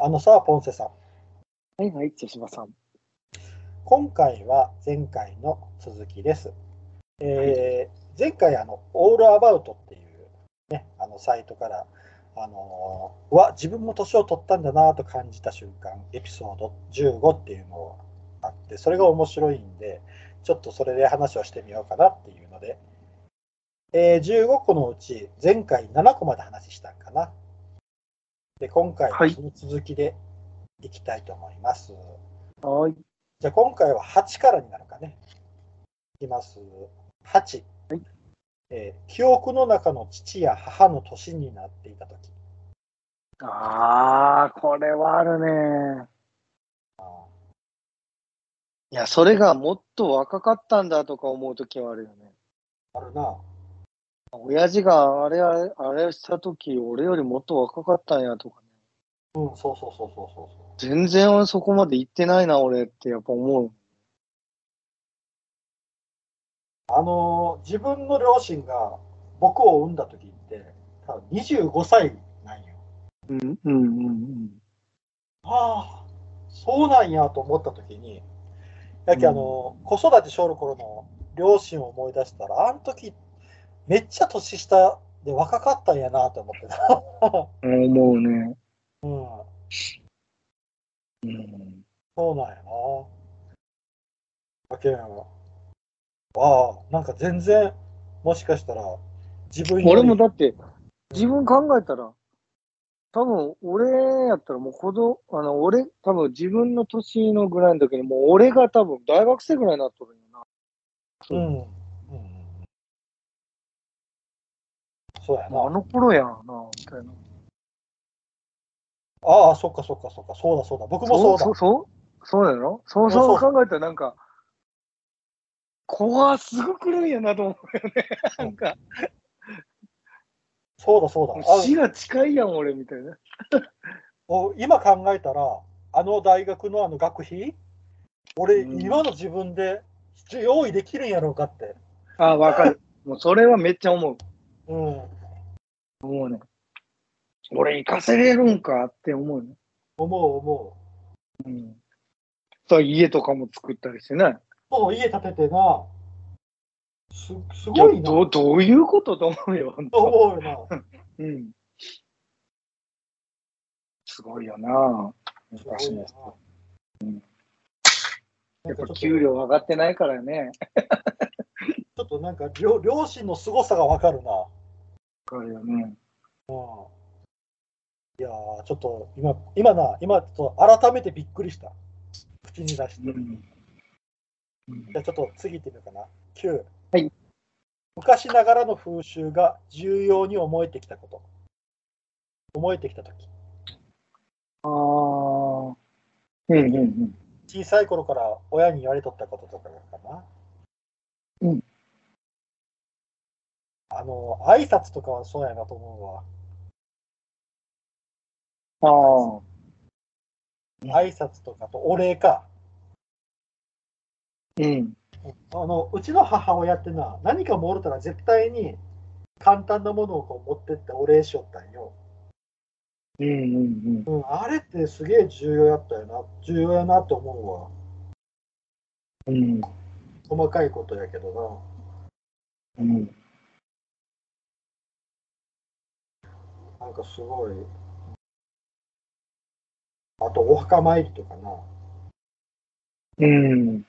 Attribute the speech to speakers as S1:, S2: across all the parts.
S1: あのさ、ポンセさん。
S2: はいはい、手島さん。
S1: 今回は前回の続きです。えー前回あの、オールアバウトっていう、ね、あのサイトから、あのーうわ、自分も年を取ったんだなと感じた瞬間、エピソード15っていうのがあって、それが面白いんで、ちょっとそれで話をしてみようかなっていうので、えー15個のうち、前回7個まで話したんかな。で、今回はその続きでいきたいと思います。
S2: はい。
S1: じゃあ今回は8からになるかね。いきます。8。えー記憶の中の父や母の年になっていたとき。
S2: ああ、これはあるね。
S1: あー
S2: いや、それがもっと若かったんだとか思うときはあるよね。
S1: あるな。
S2: 親父があれあれ、あれをしたとき、俺よりもっと若かったんやとかね。
S1: うん、そうそうそうそうそうそ
S2: 全然俺そこまで行ってないな、俺ってやっぱ思う。
S1: う。あのー自分の両親が僕を産んだときって、多分25歳なんよ。
S2: うん、うん、うん、うん。
S1: ああ、そうなんやと思ったときに、やけあのー子育てしょる頃の両親を思い出したら、あの時めっちゃ年下で若かったんやなと思ってた。
S2: 思うね。
S1: うん、
S2: うん。
S1: そうなんやな。だけやわああ、なんか全然、もしかしたら、自分より
S2: 俺もだって、自分考えたら、多分俺やったらもう子供、あの、俺、多分自分の年のぐらいの時に、もう俺が多分大学生ぐらいになっとるよな。
S1: うん。うん。そうや
S2: もう
S1: な。
S2: あの頃やな、みたいな。
S1: ああ、そっかそっかそっか、そうだそうだ、僕もそうだ。
S2: そう、そう、そうだよ。そうそう
S1: そうそ
S2: 考えたらなんか、子はすぐ来るんやなと思うよね。なんか、
S1: そうだそうだ。あ
S2: 死が近いやん、俺、みたいな。
S1: お今考えたら、あの大学のあの学費、俺、
S2: うん
S1: 今の自分で用意できるんやろうかって。
S2: あ、わかる。 もうそれはめっちゃ思う。
S1: うん。
S2: 思うね。俺、行かせれるんかって思うね。
S1: 思う思う。
S2: うん。そう家とかも作ったりしてね。
S1: そう、家建ててな。すすごいな。
S2: どうどういうことと思うよ、本
S1: と
S2: 当。
S1: 思うよな。
S2: うん。すごいよな。
S1: すごい
S2: 昔
S1: な
S2: の人。やっ
S1: なんか
S2: ぱ
S1: ちょ
S2: 給
S1: っと
S2: 料上がってないからね。
S1: ちょっとなんか両両親の凄さがわかるな。
S2: わかるよね。
S1: いやーちょっと今、今な、今ちょっと改めてびっくりした。口に出して。
S2: うん。
S1: じゃあちょっと次行ってみようかな。9。
S2: はい
S1: 昔ながらの風習が重要に思えてきたこと。思えてきたとき。
S2: ああ。うんうんうん。
S1: 小さい頃から親に言われとったこととかかな。
S2: うん。
S1: あの、挨拶とかはそうやなと思うわ。
S2: ああ。
S1: 挨拶とかとお礼か。
S2: うん。
S1: あのうちの母親ってな何かもろたら絶対に簡単なものをこう持ってってお礼しよったんよ、
S2: うんうん
S1: うん、あれってすげえ重要やったよな重要やなって思うわ
S2: うん。うん
S1: 細かいことやけど
S2: うん。
S1: ななんかすごいあとお墓参りとかな
S2: うん。
S1: うん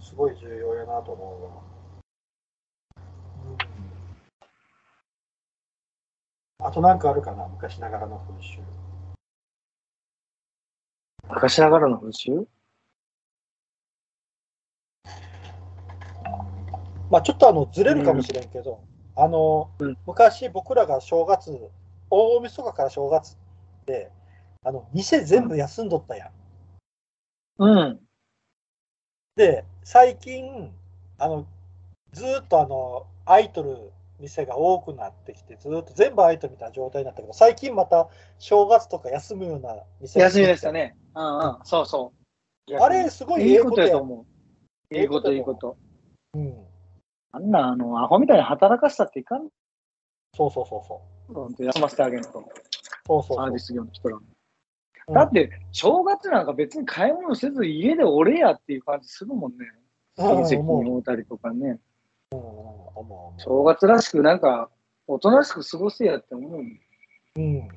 S1: すごい重要やなと思うわ、うん、あとなんかあるかな昔ながらの風習
S2: 昔ながらの風習
S1: まあ、ちょっとあのずれるかもしれんけど、あの
S2: うん
S1: 昔僕らが正月、大晦日から正月で、あの店全部休んどったやん。
S2: うん。
S1: で、最近、あのずーっとあのアイドル店が多くなってきて、ずーっと全部アイドルみたいな状態になったけど、最近また正月とか休むような店が
S2: 休みでした。ね。うんうん。そうそう。
S1: あれ、すごい
S2: い
S1: え
S2: い
S1: え
S2: こ
S1: ことと
S2: や
S1: や
S2: と
S1: ん。
S2: 思う。いいこと、いいこと。
S1: うん、
S2: あんな、あの、アホみたいに働かしたっていかん
S1: そうそうそうそう。
S2: と、休ませてあげると。
S1: そうそうそ
S2: サー
S1: う
S2: ビス業の人ら。
S1: うん
S2: だって、正月なんか別に買い物せず家で俺やっていう感じするもんね。親戚に
S1: 思う思う
S2: 会うたりとかね。
S1: 思う
S2: 正月らしくなんか、おとなしく過ごせやって思うもん。
S1: うん。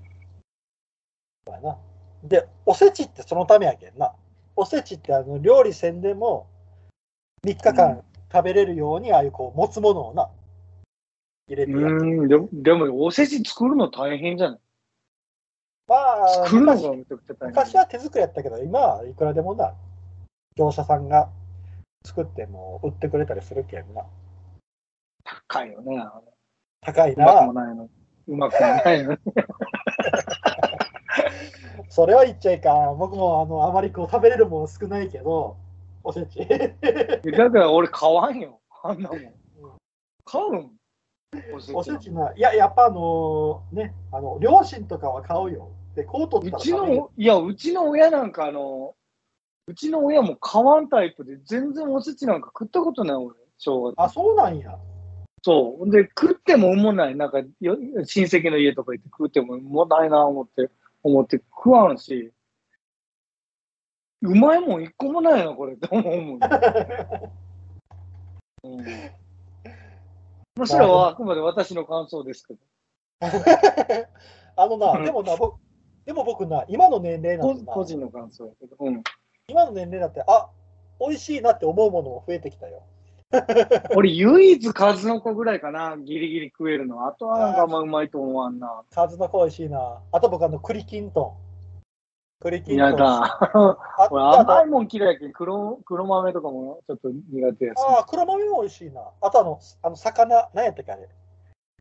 S1: そうやな。で、おせちってそのためやけんな。おせちってあの料理せんでも3日
S2: う
S1: 間食べれるように、ああいうこう持つものをな、入れてやる。
S2: うん、でも、でもおせち作るの大変じゃない
S1: まあ、
S2: 作るの
S1: 昔
S2: がめちゃくちゃ大変。
S1: 昔は手作りやったけど、今はいくらでもな、業者さんが作っても売ってくれたりするけんな。
S2: 高いよね。あれ
S1: 高いう
S2: まくも
S1: な。
S2: ないの。うまくもないの。
S1: それは言っちゃいかん。僕もあのあまりこう食べれるもの少ないけど、おせ ち。
S2: だから俺買わんよ。あんなもん。買うんおせ
S1: おせ
S2: ち。
S1: ちな、いや、やっぱあのね、あの、両親とかは買うよ。で、こう取っ
S2: う
S1: たら
S2: ち
S1: 食べる
S2: の、いや、うちの親なんかあの、うちの親も買わんタイプで、全然おせちなんか食ったことない俺、正月。
S1: あ、そうなんや。
S2: そう。で、食っても思わない。なんか、よ親戚の家とか行って食っても思わないな、思って、思って食わんし、うまいもん一個もないな、これ、と思うも ん。うんまあ、それはあくまで私の感想ですけど。
S1: あの
S2: う
S1: な、
S2: ん
S1: でもな、僕、でも僕な、今の年齢な
S2: こ
S1: んてな
S2: 個、人の感想やけど。うん。
S1: 今の年齢だって、あ、美味しいなって思うものも増えてきたよ。
S2: 俺、唯一数の子ぐらいかな、ギリギリ食えるの。あとはなんかあんまうまいと思わんな。
S1: 数の子美味しいな。あと僕、あの、栗きんとん。栗きんとん。
S2: 嫌だ。
S1: あと
S2: 俺、
S1: あと
S2: 甘いもん嫌いやけん黒、黒豆とかもちょっと苦手やし。
S1: あー、黒豆も美味しいな。あとあの、あの魚、何やったっけあれ。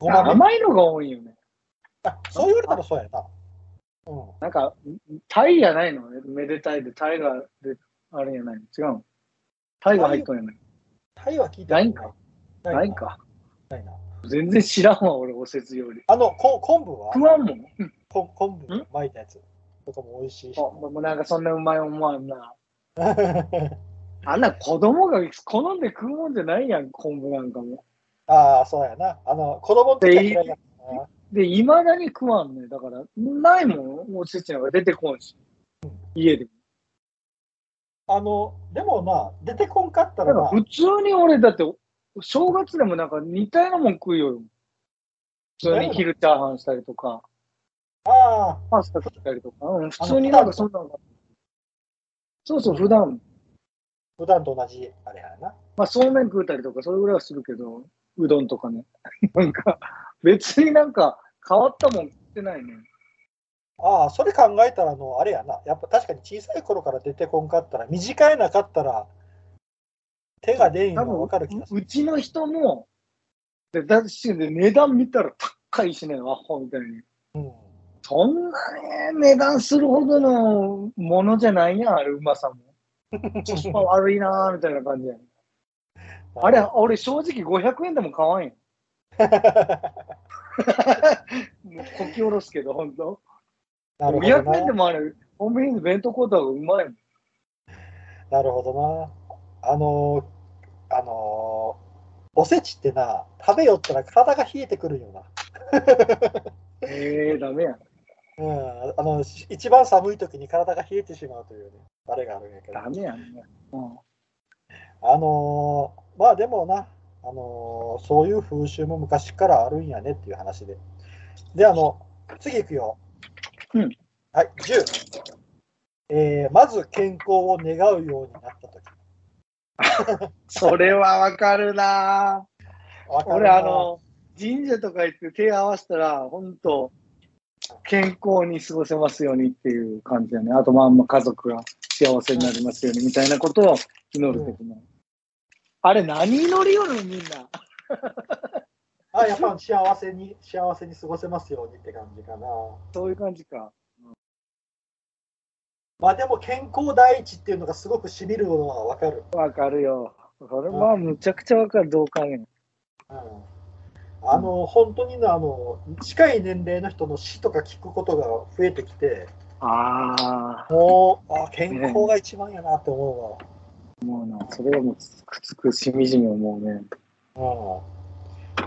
S1: ごまめ。
S2: 甘いのが多いよね。
S1: あそう言われたらそうやな。うん。
S2: なんか、タイやないのめでたいで、タイがで、あれやないの違うのタイが入っとんやない
S1: タイは聞いて
S2: ないんか。
S1: ない
S2: ないか。
S1: ないな。
S2: 全然知らんわ、俺、おせちより。
S1: あの、こ昆布は
S2: 食わんもん。
S1: こん昆布
S2: ん
S1: 巻いたやつとかも美味しいし
S2: あ。もうなんかそんなうまい思わん な。
S1: あ
S2: あんな子供が好んで食うもんじゃないやん、昆布なんかも。
S1: あ、そうやな。あの、子供の時は嫌いやったな。
S2: で、いまだに食わんね。だから、ないもん、おせちなんか出てこんし。家でも。
S1: あの、でもな、出てこんかった
S2: だからら
S1: な、
S2: 普通に俺、だって、正月でもなんか似たようなもん食うよ。普通に昼チャーハンしたりとか。
S1: あ
S2: パスタ食ったりとか、うん、普通になんかそんなのがそうそう、普段、
S1: 普段と同じあれやな。
S2: まあそうめん食うたりとか、それぐらいはするけど、うどんとかね。 なんか、別になんか変わったもん食ってないね。
S1: ああ、それ考えたらあの、あれやな。やっぱ確かに小さい頃から出てこんかったら、短いなかったら、手が出ん
S2: 多
S1: の
S2: 分
S1: わかる気がす
S2: う
S1: る。
S2: うちの人も、でだしで値段見たら高いしね、アホみたいに。
S1: うん。
S2: そんなね、値段するほどのものじゃないやん、あれ、うまさも。コスパ悪いなーみたいな感じやねあれ、俺正直500円でも買わんよ。もうこき下ろすけど、本当。
S1: なるほど
S2: 500円で
S1: な。
S2: もある、コンビニで弁当買うた方がうまいもん。
S1: なるほどな。あのー、あのー、おせちってな、食べよったら体が冷えてくるよな。
S2: ええー、ダメやん。
S1: うん、あのし一番寒い時に体が冷えてしまうというね、あれがあるんやけど。
S2: ダメやんね。う
S1: あのーまあでもな、あのーそういう風習も昔からあるんやねっていう話で。で、あの、次いくよ。
S2: うん。
S1: はい、10。えーまず健康を願うようになった時。
S2: それはわかるな
S1: わかる
S2: 俺、
S1: な
S2: あ、の、神社とか行って手合わせたら、本当健康に過ごせますようにっていう感じだね。あと、まあまあ家族が幸せになりますようにみたいなことを祈るけどね。あれ、何祈りよるみんな。
S1: あ、やっぱ幸せに、幸せに過ごせますようにって感じかな。
S2: そういう感じか。
S1: まあでも健康第一っていうのがすごくしみるものはわかる。
S2: わかるよ。それはむちゃくちゃわかる、同感やん。
S1: うん、あの、本当にな、あの、近い年齢の人の死とか聞くことが増えてきて、
S2: ああ。
S1: もう、あ健康が一番やなって思
S2: もうな、それはもうつくつくしみじみ思うね。
S1: うわ。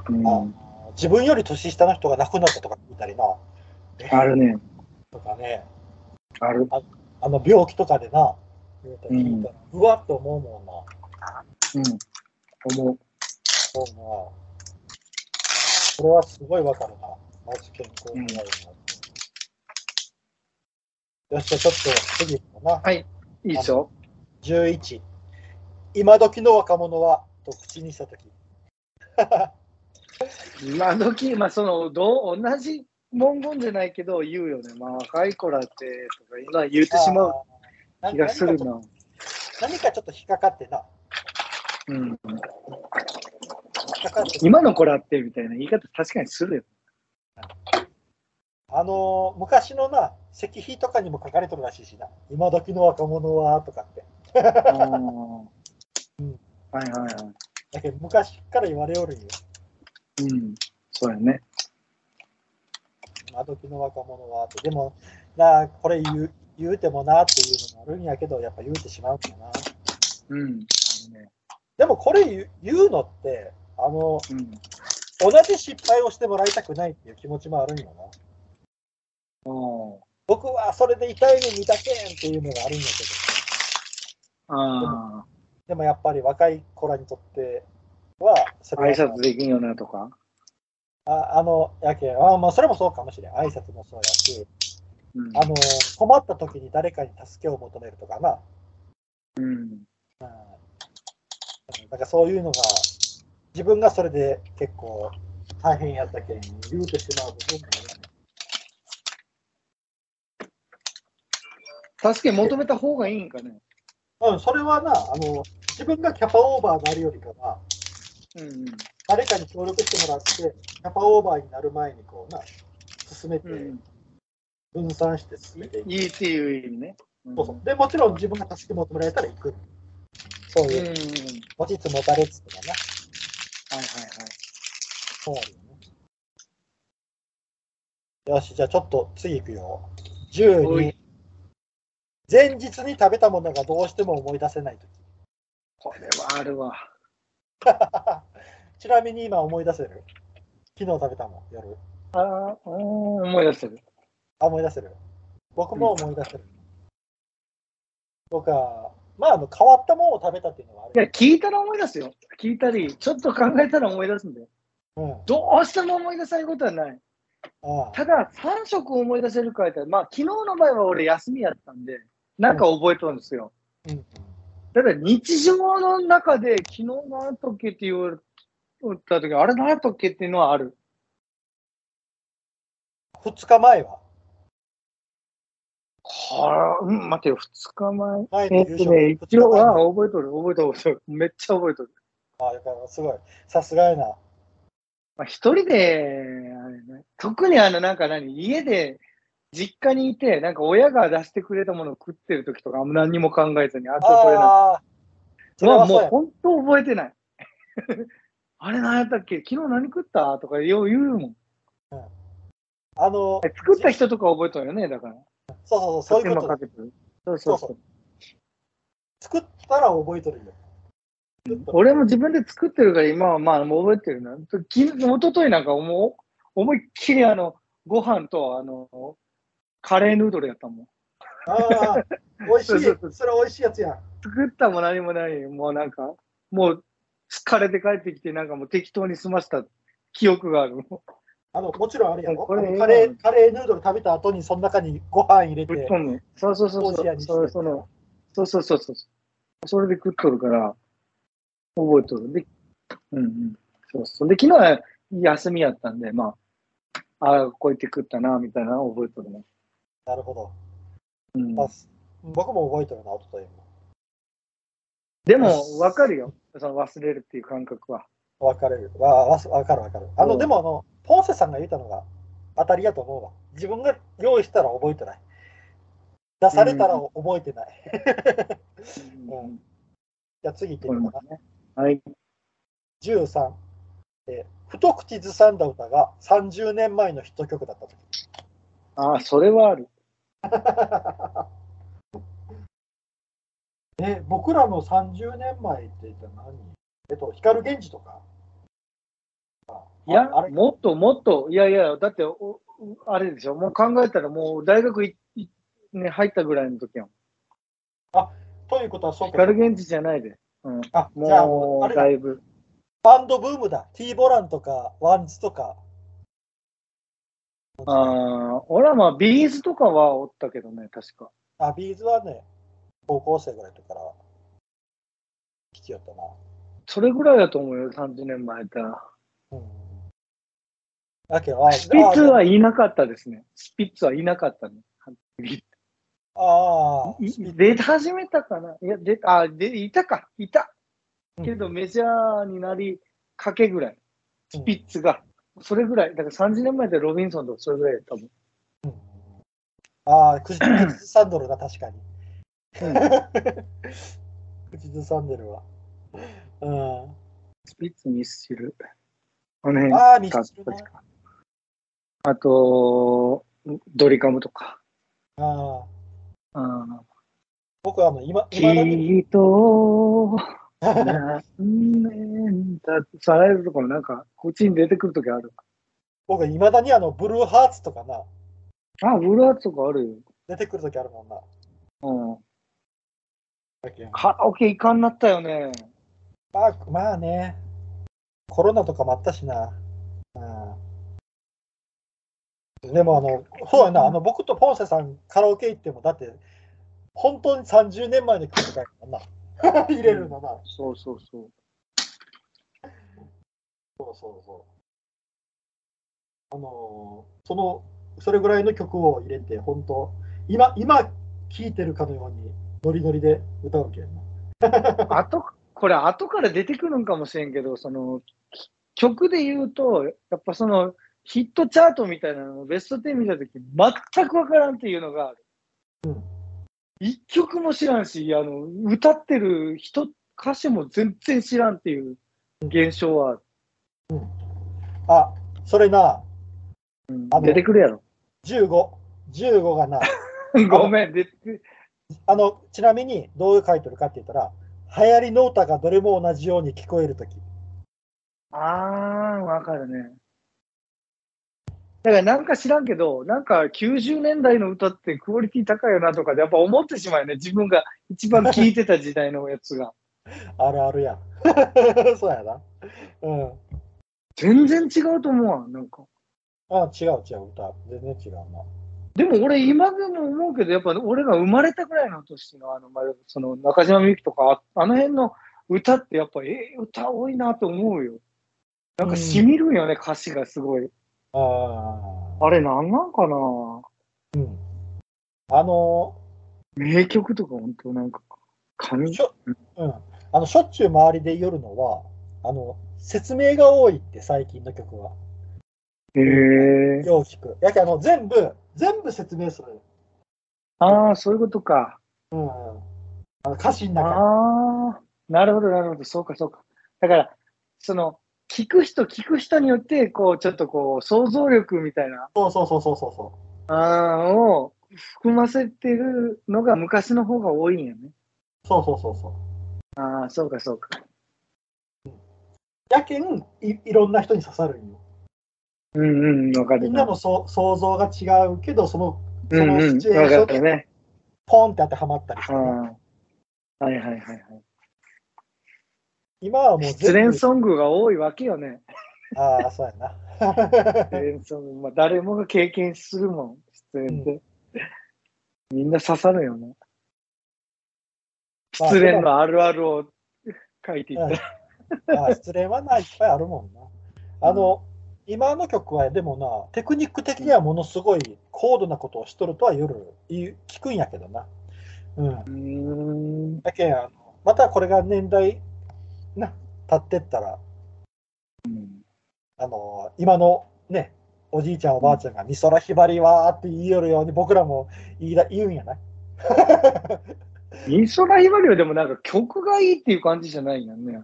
S2: う、
S1: うんん、あ自分より年下の人が亡くなったとか聞いたりな、
S2: あるね。
S1: とかね、
S2: ある。
S1: あの病気とかでな、言うたら聞いたら、うわっと思うもんな。
S2: うん。思う。
S1: 思うな。これはすごいわかるな。マジ健康になるなって。よっしゃ、ちょっと次行こうな。
S2: いいでしょ
S1: 11。今時の若者は、と口にしたとき。
S2: 今時、まあ、その、どう、同じ文言じゃないけど、言うよね。まあ、若い子らって、とか、今言ってしまう
S1: あー
S2: 気がするな。
S1: 何かちょっと引っかかってな。
S2: うん。
S1: 引っかかって
S2: 今の子らって、みたいな言い方確かにするよ。
S1: あのー昔のな、石碑とかにも書かれてるらしいしな。今時の若者は、とかって。
S2: ああ。はいはいは
S1: だけど昔から言われおるんよ。
S2: い。うん。そうやね。
S1: 今時の若者はって、でも、なあ、これ言う言うてもなっていうのもあるんやけど、やっぱ言うてしまうんだな。
S2: うん。
S1: でもこれ言う言うのって、あの、
S2: あるね。
S1: 同じ失敗をしてもらいたくないっていう気持ちもあるんよな。
S2: うん。
S1: 僕はそれで痛い目見たけんっていうのがあるんやけど、
S2: ああ。あ
S1: でもやっぱり若い子らにとっては、そ
S2: あ。挨
S1: れは
S2: 拶できんよな、とか。
S1: ああの、やけん、あまあそれもそうかもしれん。挨拶もそうやし、
S2: うん。
S1: あの、困った時に誰かに助けを求めるとかな。
S2: うん。
S1: うんなんかそういうのが、自分がそれで結構大変やったけん、言うてしまう部分もある
S2: 助け求めた方がいいんかね。
S1: うん、それはな、あの、自分がキャパオーバーがあるよりかは、
S2: うんうん。
S1: 誰かに協力してもらって、キャパオーバーになる前にこうな、進めて、
S2: うん、
S1: 分散して進めていく。
S2: いいっていう意味ね。
S1: そうそうで、もちろん自分が助け求められたら行く。そう
S2: うん。うん
S1: いうう、
S2: ん。はい
S1: 持ちつ持たれつとかな、
S2: はいはい。
S1: そうあるよね。よし、じゃあちょっと次行くよ。
S2: お
S1: 12
S2: い。
S1: 前日に食べたものがどうしても思い出せないとき。
S2: これはあるわ。
S1: ちなみに今思い出せる昨日食べたもん、夜。
S2: ああ、うん思い出せる。
S1: あ、思い出せる。僕も思い出せる。僕は、まあ、あの変わったものを食べたっていうのはあ
S2: いや、
S1: る。
S2: 聞いたら思い出すよ。聞いたり、ちょっと考えたら思い出すんだよ。
S1: うん。
S2: どうしても思い出せないことはない。
S1: ああ
S2: ただ、3食思い出せるか言ったら、まあ、昨日の場合は俺休みやったんで、なんか覚えとるんですよ。
S1: うん。
S2: ただ、日常の中で、昨日何やったっけって言われた時、あれ何やったっけっていうのはある。
S1: 2日前は
S2: はあ、うん、待てよ、2日前。
S1: 前の
S2: えっ
S1: 夕
S2: と
S1: 食
S2: ね、
S1: 二日
S2: 一応
S1: 前
S2: は
S1: の
S2: 覚えとる、覚えとる、覚えとる。めっちゃ覚えとる。
S1: ああ、よかった。すごい。さすがやな。
S2: まあ、一人で、あれね、特にあの、なんか何、家で、実家にいて、なんか親が出してくれたものを食ってる時とか、あんま何にも考えずに、あとこれな。
S1: ああ。それ
S2: まあ、
S1: はそ
S2: も
S1: う
S2: う
S1: や。
S2: 本当覚えてない。 あれ何やったっけ昨日何食ったとかよう言うもん。
S1: あの、
S2: 作った人とか覚えとるよね、だから。
S1: そうそうそう、そういう
S2: 手
S1: こ
S2: 間か
S1: と。
S2: けてる。そうそうそう。
S1: そう作ったら覚えとるよ。
S2: 俺も自分で作ってるから今はまあもう覚えてるな。昨日一昨日なんか思う思いっきりあのご飯とあのカレーヌードルやったもん。
S1: ああ、 美味しい。そ
S2: そうそうそう
S1: れ美味しいやつやん。
S2: 作ったも何もない。もうなんかもう疲れて帰ってきてなんかもう適当に済ました記憶がある。も
S1: あの、もちろんあれやろ。
S2: これ
S1: あのカレー、カレーヌードル食べた後に、その中にご飯入れ、
S2: うぶって込む。そうそうそう
S1: ロシ
S2: そ
S1: ア
S2: う。
S1: にして
S2: それそのそうそうそうそう。それで食っとるから覚えとる。で、うんうん。そうそう。で、昨日は休みやったんで、まあ、ああ、こうやって食ったな、みたいなのを覚えとるね。
S1: なるほど。
S2: うん
S1: あ僕も覚えてるな、おとといも。
S2: でも、わかるよ。その忘れるっていう感覚は。
S1: わかる。わわわかるわかる。あ
S2: う
S1: の、
S2: ん
S1: でもあの、ポンセさんが言ったのが当たりやと思うわ。自分が用意したら覚えてない。出されたら覚えてない。うんじゃあ次行って
S2: これ
S1: みよ
S2: も
S1: うかな。
S2: ね。はい。
S1: 13。えー太口ずさんだ歌が30年前のヒット曲だった時。
S2: ああ、それはある。
S1: え、僕らの30年前って言ったら何えっと、光源氏とか。
S2: いや
S1: ああ、れ
S2: もっともっと、いやいや、だってお、あれでしょ、もう考えたらもう大学いいね、入ったぐらいの時やん。
S1: ということは、そうか。
S2: 光源氏じゃないで。うん。
S1: あ、じゃあ、
S2: も
S1: あ
S2: う、
S1: れ
S2: だ
S1: だ
S2: いぶ。
S1: バンドブームだ。T ボランとか、ワンズとか。
S2: ああ、俺はまあ、ビーズとかはおったけどね、確か。
S1: あ、ビーズはね、高校生ぐらいの時から聞きよったな。
S2: それぐらいだと思うよ、30年前やったら。
S1: うん。だけど、あ
S2: スピッツはいなかったですね。スピッツはいなかったね。
S1: ああ、
S2: い
S1: スピッツ
S2: 出始めたかないや、で、あ、で、いたか。いた。
S1: うん
S2: けど、メジャーになりかけぐらい。
S1: うん
S2: スピッツが。それぐらい。だから30年前でロビンソンとかそれぐらいだと思う。
S1: ああ、クジクジズサンドルだ、確かに。
S2: うん
S1: クジズサンドルは。うん。
S2: スピッツ、ミスチル。あの辺
S1: ああ、ミスチルね
S2: 確かあと、ドリカムとか。
S1: ああ
S2: あ
S1: 僕はあの、今、
S2: き
S1: 今だに、
S2: っと、何年だって、サラエルとかもなんか、こっちに出てくるときある。
S1: 僕はいまだにあの、ブルーハーツとかな、
S2: あ、ブルーハーツとかあるよ。
S1: 出てくるときあるもんな。
S2: うん。
S1: だけど
S2: カラオケ行かんなったよね。
S1: まあ、まあね、コロナとかもあったしな。うん、でもあの、そうやな、あの僕とポンセさん、カラオケ行っても、だって、本当に30年前に来るからな、 入れるのな、
S2: そうそうそう。
S1: そうそうそう。あのーその、それぐらいの曲を入れて、本当、今、今、聴いてるかのように、ノリノリで歌うけんな。
S2: あと、これ後から出てくるんかもしれんけど、その、き曲で言うと、やっぱその、ヒットチャートみたいなのをベスト10見たとき、全くわからんっていうのがある。
S1: うん
S2: 一曲も知らんし、あの、歌ってる人、歌手も全然知らんっていう現象は、
S1: あ、それな、
S2: うん
S1: あの
S2: 出てくるやろ。
S1: 15、15がな、
S2: ごめん、出てくる。
S1: あのちなみにどう書いてるかって言ったら、流行りの歌がどれも同じように聞こえるとき。
S2: あー、わかるね。だからなんか知らんけど、なんか90年代の歌ってクオリティ高いよなとかでやっぱ思ってしまうよね。自分が一番聴いてた時代のやつが。
S1: あるあるやん。 そうやな。うん。
S2: 全然違うと思うわ、なんか。
S1: あ違う違う歌。全然違うな。
S2: でも俺今でも思うけど、やっぱ俺が生まれたぐらいの年の、あの、まあその中島みゆきとか、ああの辺の歌ってやっぱ、えー歌多いなと思うよ。なんか染みるんよね、歌詞がすごい。
S1: あ
S2: あれなんなんかな
S1: ーうん、あの
S2: 名曲とか本当なんか、神
S1: しょ、うん、あのしょっちゅう周りで言るのは、あの説明が多いって最近の曲は。
S2: へえ。
S1: よう聞く。やけあの全部、全部説明する。
S2: ああ、そういうことか。
S1: うん。あの歌詞の
S2: あ
S1: 中
S2: あ、なるほど、なるほど。そうか、そうか。だから、その、聞く人、聞く人によって、こう、ちょっとこう、想像力みたいな、
S1: そうそうそうそうそうそう。
S2: ああ、を含ませてるのが昔の方が多いんやね。
S1: そうそうそうそう。
S2: ああ、そうか、そうか。
S1: やけんい、いろんな人に刺さるんよ。
S2: うんうん、わか
S1: み
S2: る
S1: んな
S2: な。
S1: のそう想像が違うけど、その、
S2: う
S1: そ
S2: ん
S1: の
S2: う
S1: シ
S2: ん、
S1: チュエーショ
S2: わ
S1: ン
S2: か
S1: で
S2: るね。
S1: ポンって当てはまったりして
S2: あ
S1: ね、
S2: あ。はいはいはいはい。
S1: 今はもう
S2: 失
S1: 全
S2: 恋
S1: 部。
S2: ソングが多いわけよね。
S1: ああ、そうやな。
S2: 失恋ソング、まあ、誰もが経験するもん、失恋って。みんな刺さるよね。
S1: まあ
S2: 失恋のあるあるを書いていった。
S1: ああ失恋はな、いっぱいあるもんな。あの、今の曲はでもな、テクニック的にはものすごい高度なことをしとるとは夜言う聞くんやけどな。うん。
S2: うーん。
S1: だけんあのまたこれが年代な、経ってったら、あの今のね、おじいちゃん、おばあちゃんが美空ひばりはーって言いよるように、僕らも言いだ言うんやない。
S2: 美空ひばりはでもなんか曲がいいっていう感じじゃないよね。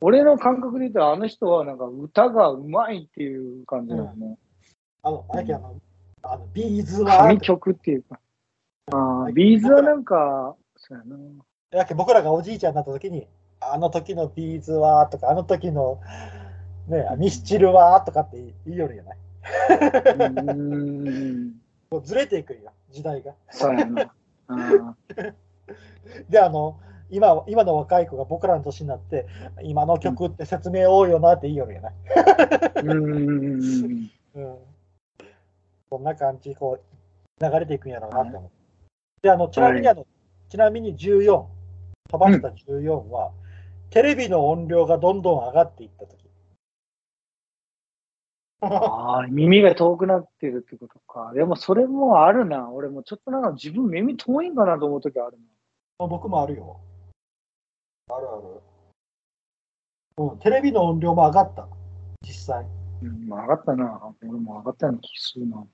S2: 俺の感覚で言うと、あの人はなんか歌がうまいっていう感じだよね。
S1: あの、あれやけあの、あのビーズはー
S2: 神
S1: って、
S2: 曲っていうか。ああ、ビーズはなんか、そうやな。
S1: やけ僕らがおじいちゃんになった時に、あの時のビーズはーとか、あの時の、ね、ミスチルはーとかって言いよるやない。
S2: うーん。
S1: もうずれていくんや。時代が。
S2: そうやな。うん
S1: で、あの、今今の若い子が僕らの年になって、今の曲って説明多いよなって言いよるやな。
S2: うん。
S1: うん。こんな感じ、こう、流れていくんやろうなって思う。で、あの、ちなみに、あの、ちなみに14、飛ばした14は、テレビの音量がどんどん上がっていったとき。
S2: ああ、耳が遠くなってるってことか。でもそれもあるな。俺もちょっとなんか自分耳遠いんかなと思うときある
S1: 僕もあるよ。あるある。うん、テレビの音量も上がった。実際。
S2: な。うん、上がったな。俺も上がったような気するな。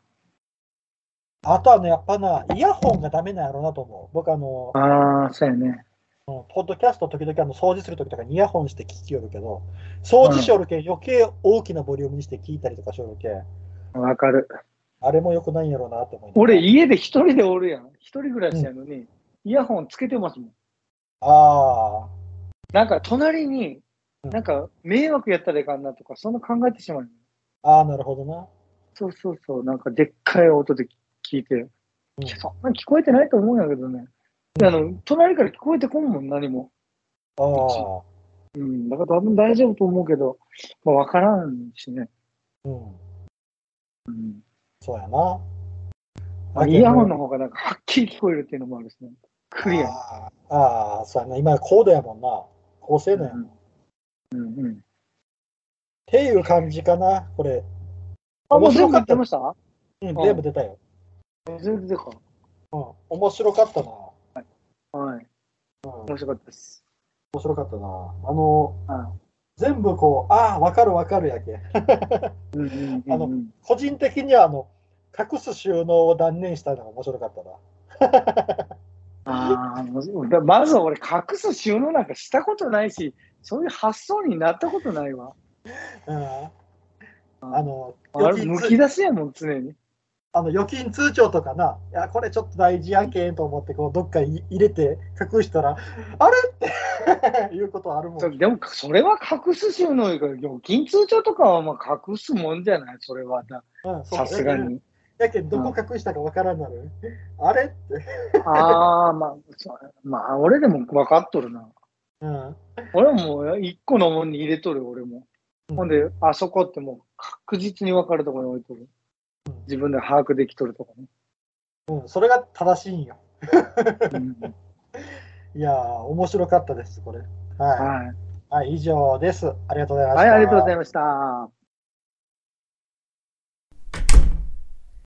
S1: あとはね、やっぱな、イヤホンがダメなんやろうなと思う。僕あの、
S2: ああ、そうやね。
S1: うんポッドキャスト時々あの掃除するときとかにイヤホンして聞きよるけど、掃除しよるけん余計大きなボリュームにして聞いたりとかしよるけん、
S2: わかる。
S1: あれも良くないんやろうなと思いながら
S2: 俺、家で一人でおるやん。一人暮らしやのに、イヤホンつけてますもん。
S1: あ
S2: なんか隣に、なんか迷惑やったらいかんなとか、そんな考えてしまうよ。
S1: あ、ああ、なるほどな。
S2: そうそうそう、なんかでっかい音で聞いて、
S1: うん
S2: いやそんな聞こえてないと思うんやけどね。であの、隣から聞こえてこんもん、何も。
S1: ああ、
S2: うん、だから多分大丈夫と思うけど、まあ、わからんしね。
S1: うん、
S2: うん
S1: そうやな。
S2: まあ、イヤホンの方がなんかはっきり聞こえるっていうのもあるしね。クリア。
S1: ああああ、そうやな。今高度やもんな。高性能やもん。っ
S2: うんうん。
S1: ていう感じかな、これ。
S2: あ、も
S1: 面
S2: う
S1: 白
S2: 全
S1: か
S2: 部買
S1: っ
S2: ったてました
S1: うん、
S2: うん
S1: 全部出たよ。
S2: 全部でか。
S1: うん、面白かったな。
S2: はい。面白かったです。
S1: 面白かったな。あの、
S2: は
S1: 全部こう、ああ、わかるわかるやけん。
S2: い。うんうん
S1: あの
S2: うんうん
S1: 個人的にはあの隠す収納を断念したのが面白かったな。
S2: ああ、もうだまず俺、隠す収納なんかしたことないし、そういう発想になったことないわ。
S1: うん、あの
S2: あ
S1: 預
S2: れ、
S1: 金
S2: む
S1: 通
S2: き出しやもん、常に。
S1: あの預金通帳とかな、いやこれちょっと大事やけんと思ってこうどっかに入れて隠したら、あれって いうことあるもん。
S2: そうでも、それは隠す収納いうか、預金通帳とかはまあ隠すもんじゃない、それはだ。
S1: うんそう
S2: さすがに。
S1: やけんどこ隠したかわからんなる。あれって。
S2: ああ、まあ、そうまあ、俺でも分かっとるな。
S1: うん
S2: 俺ももう一個のもんに入れとる、俺も。
S1: うん
S2: ほんで、あそこってもう確実に分かるところに置いとる。自分で把握できとるとこね。
S1: うん、それが正しいんよ。
S2: うん
S1: いやー、面白かったです、これ。は
S2: はい
S1: い。はい、以上です。ありがとうございまし
S2: は
S1: た。
S2: い、ありがとうございました。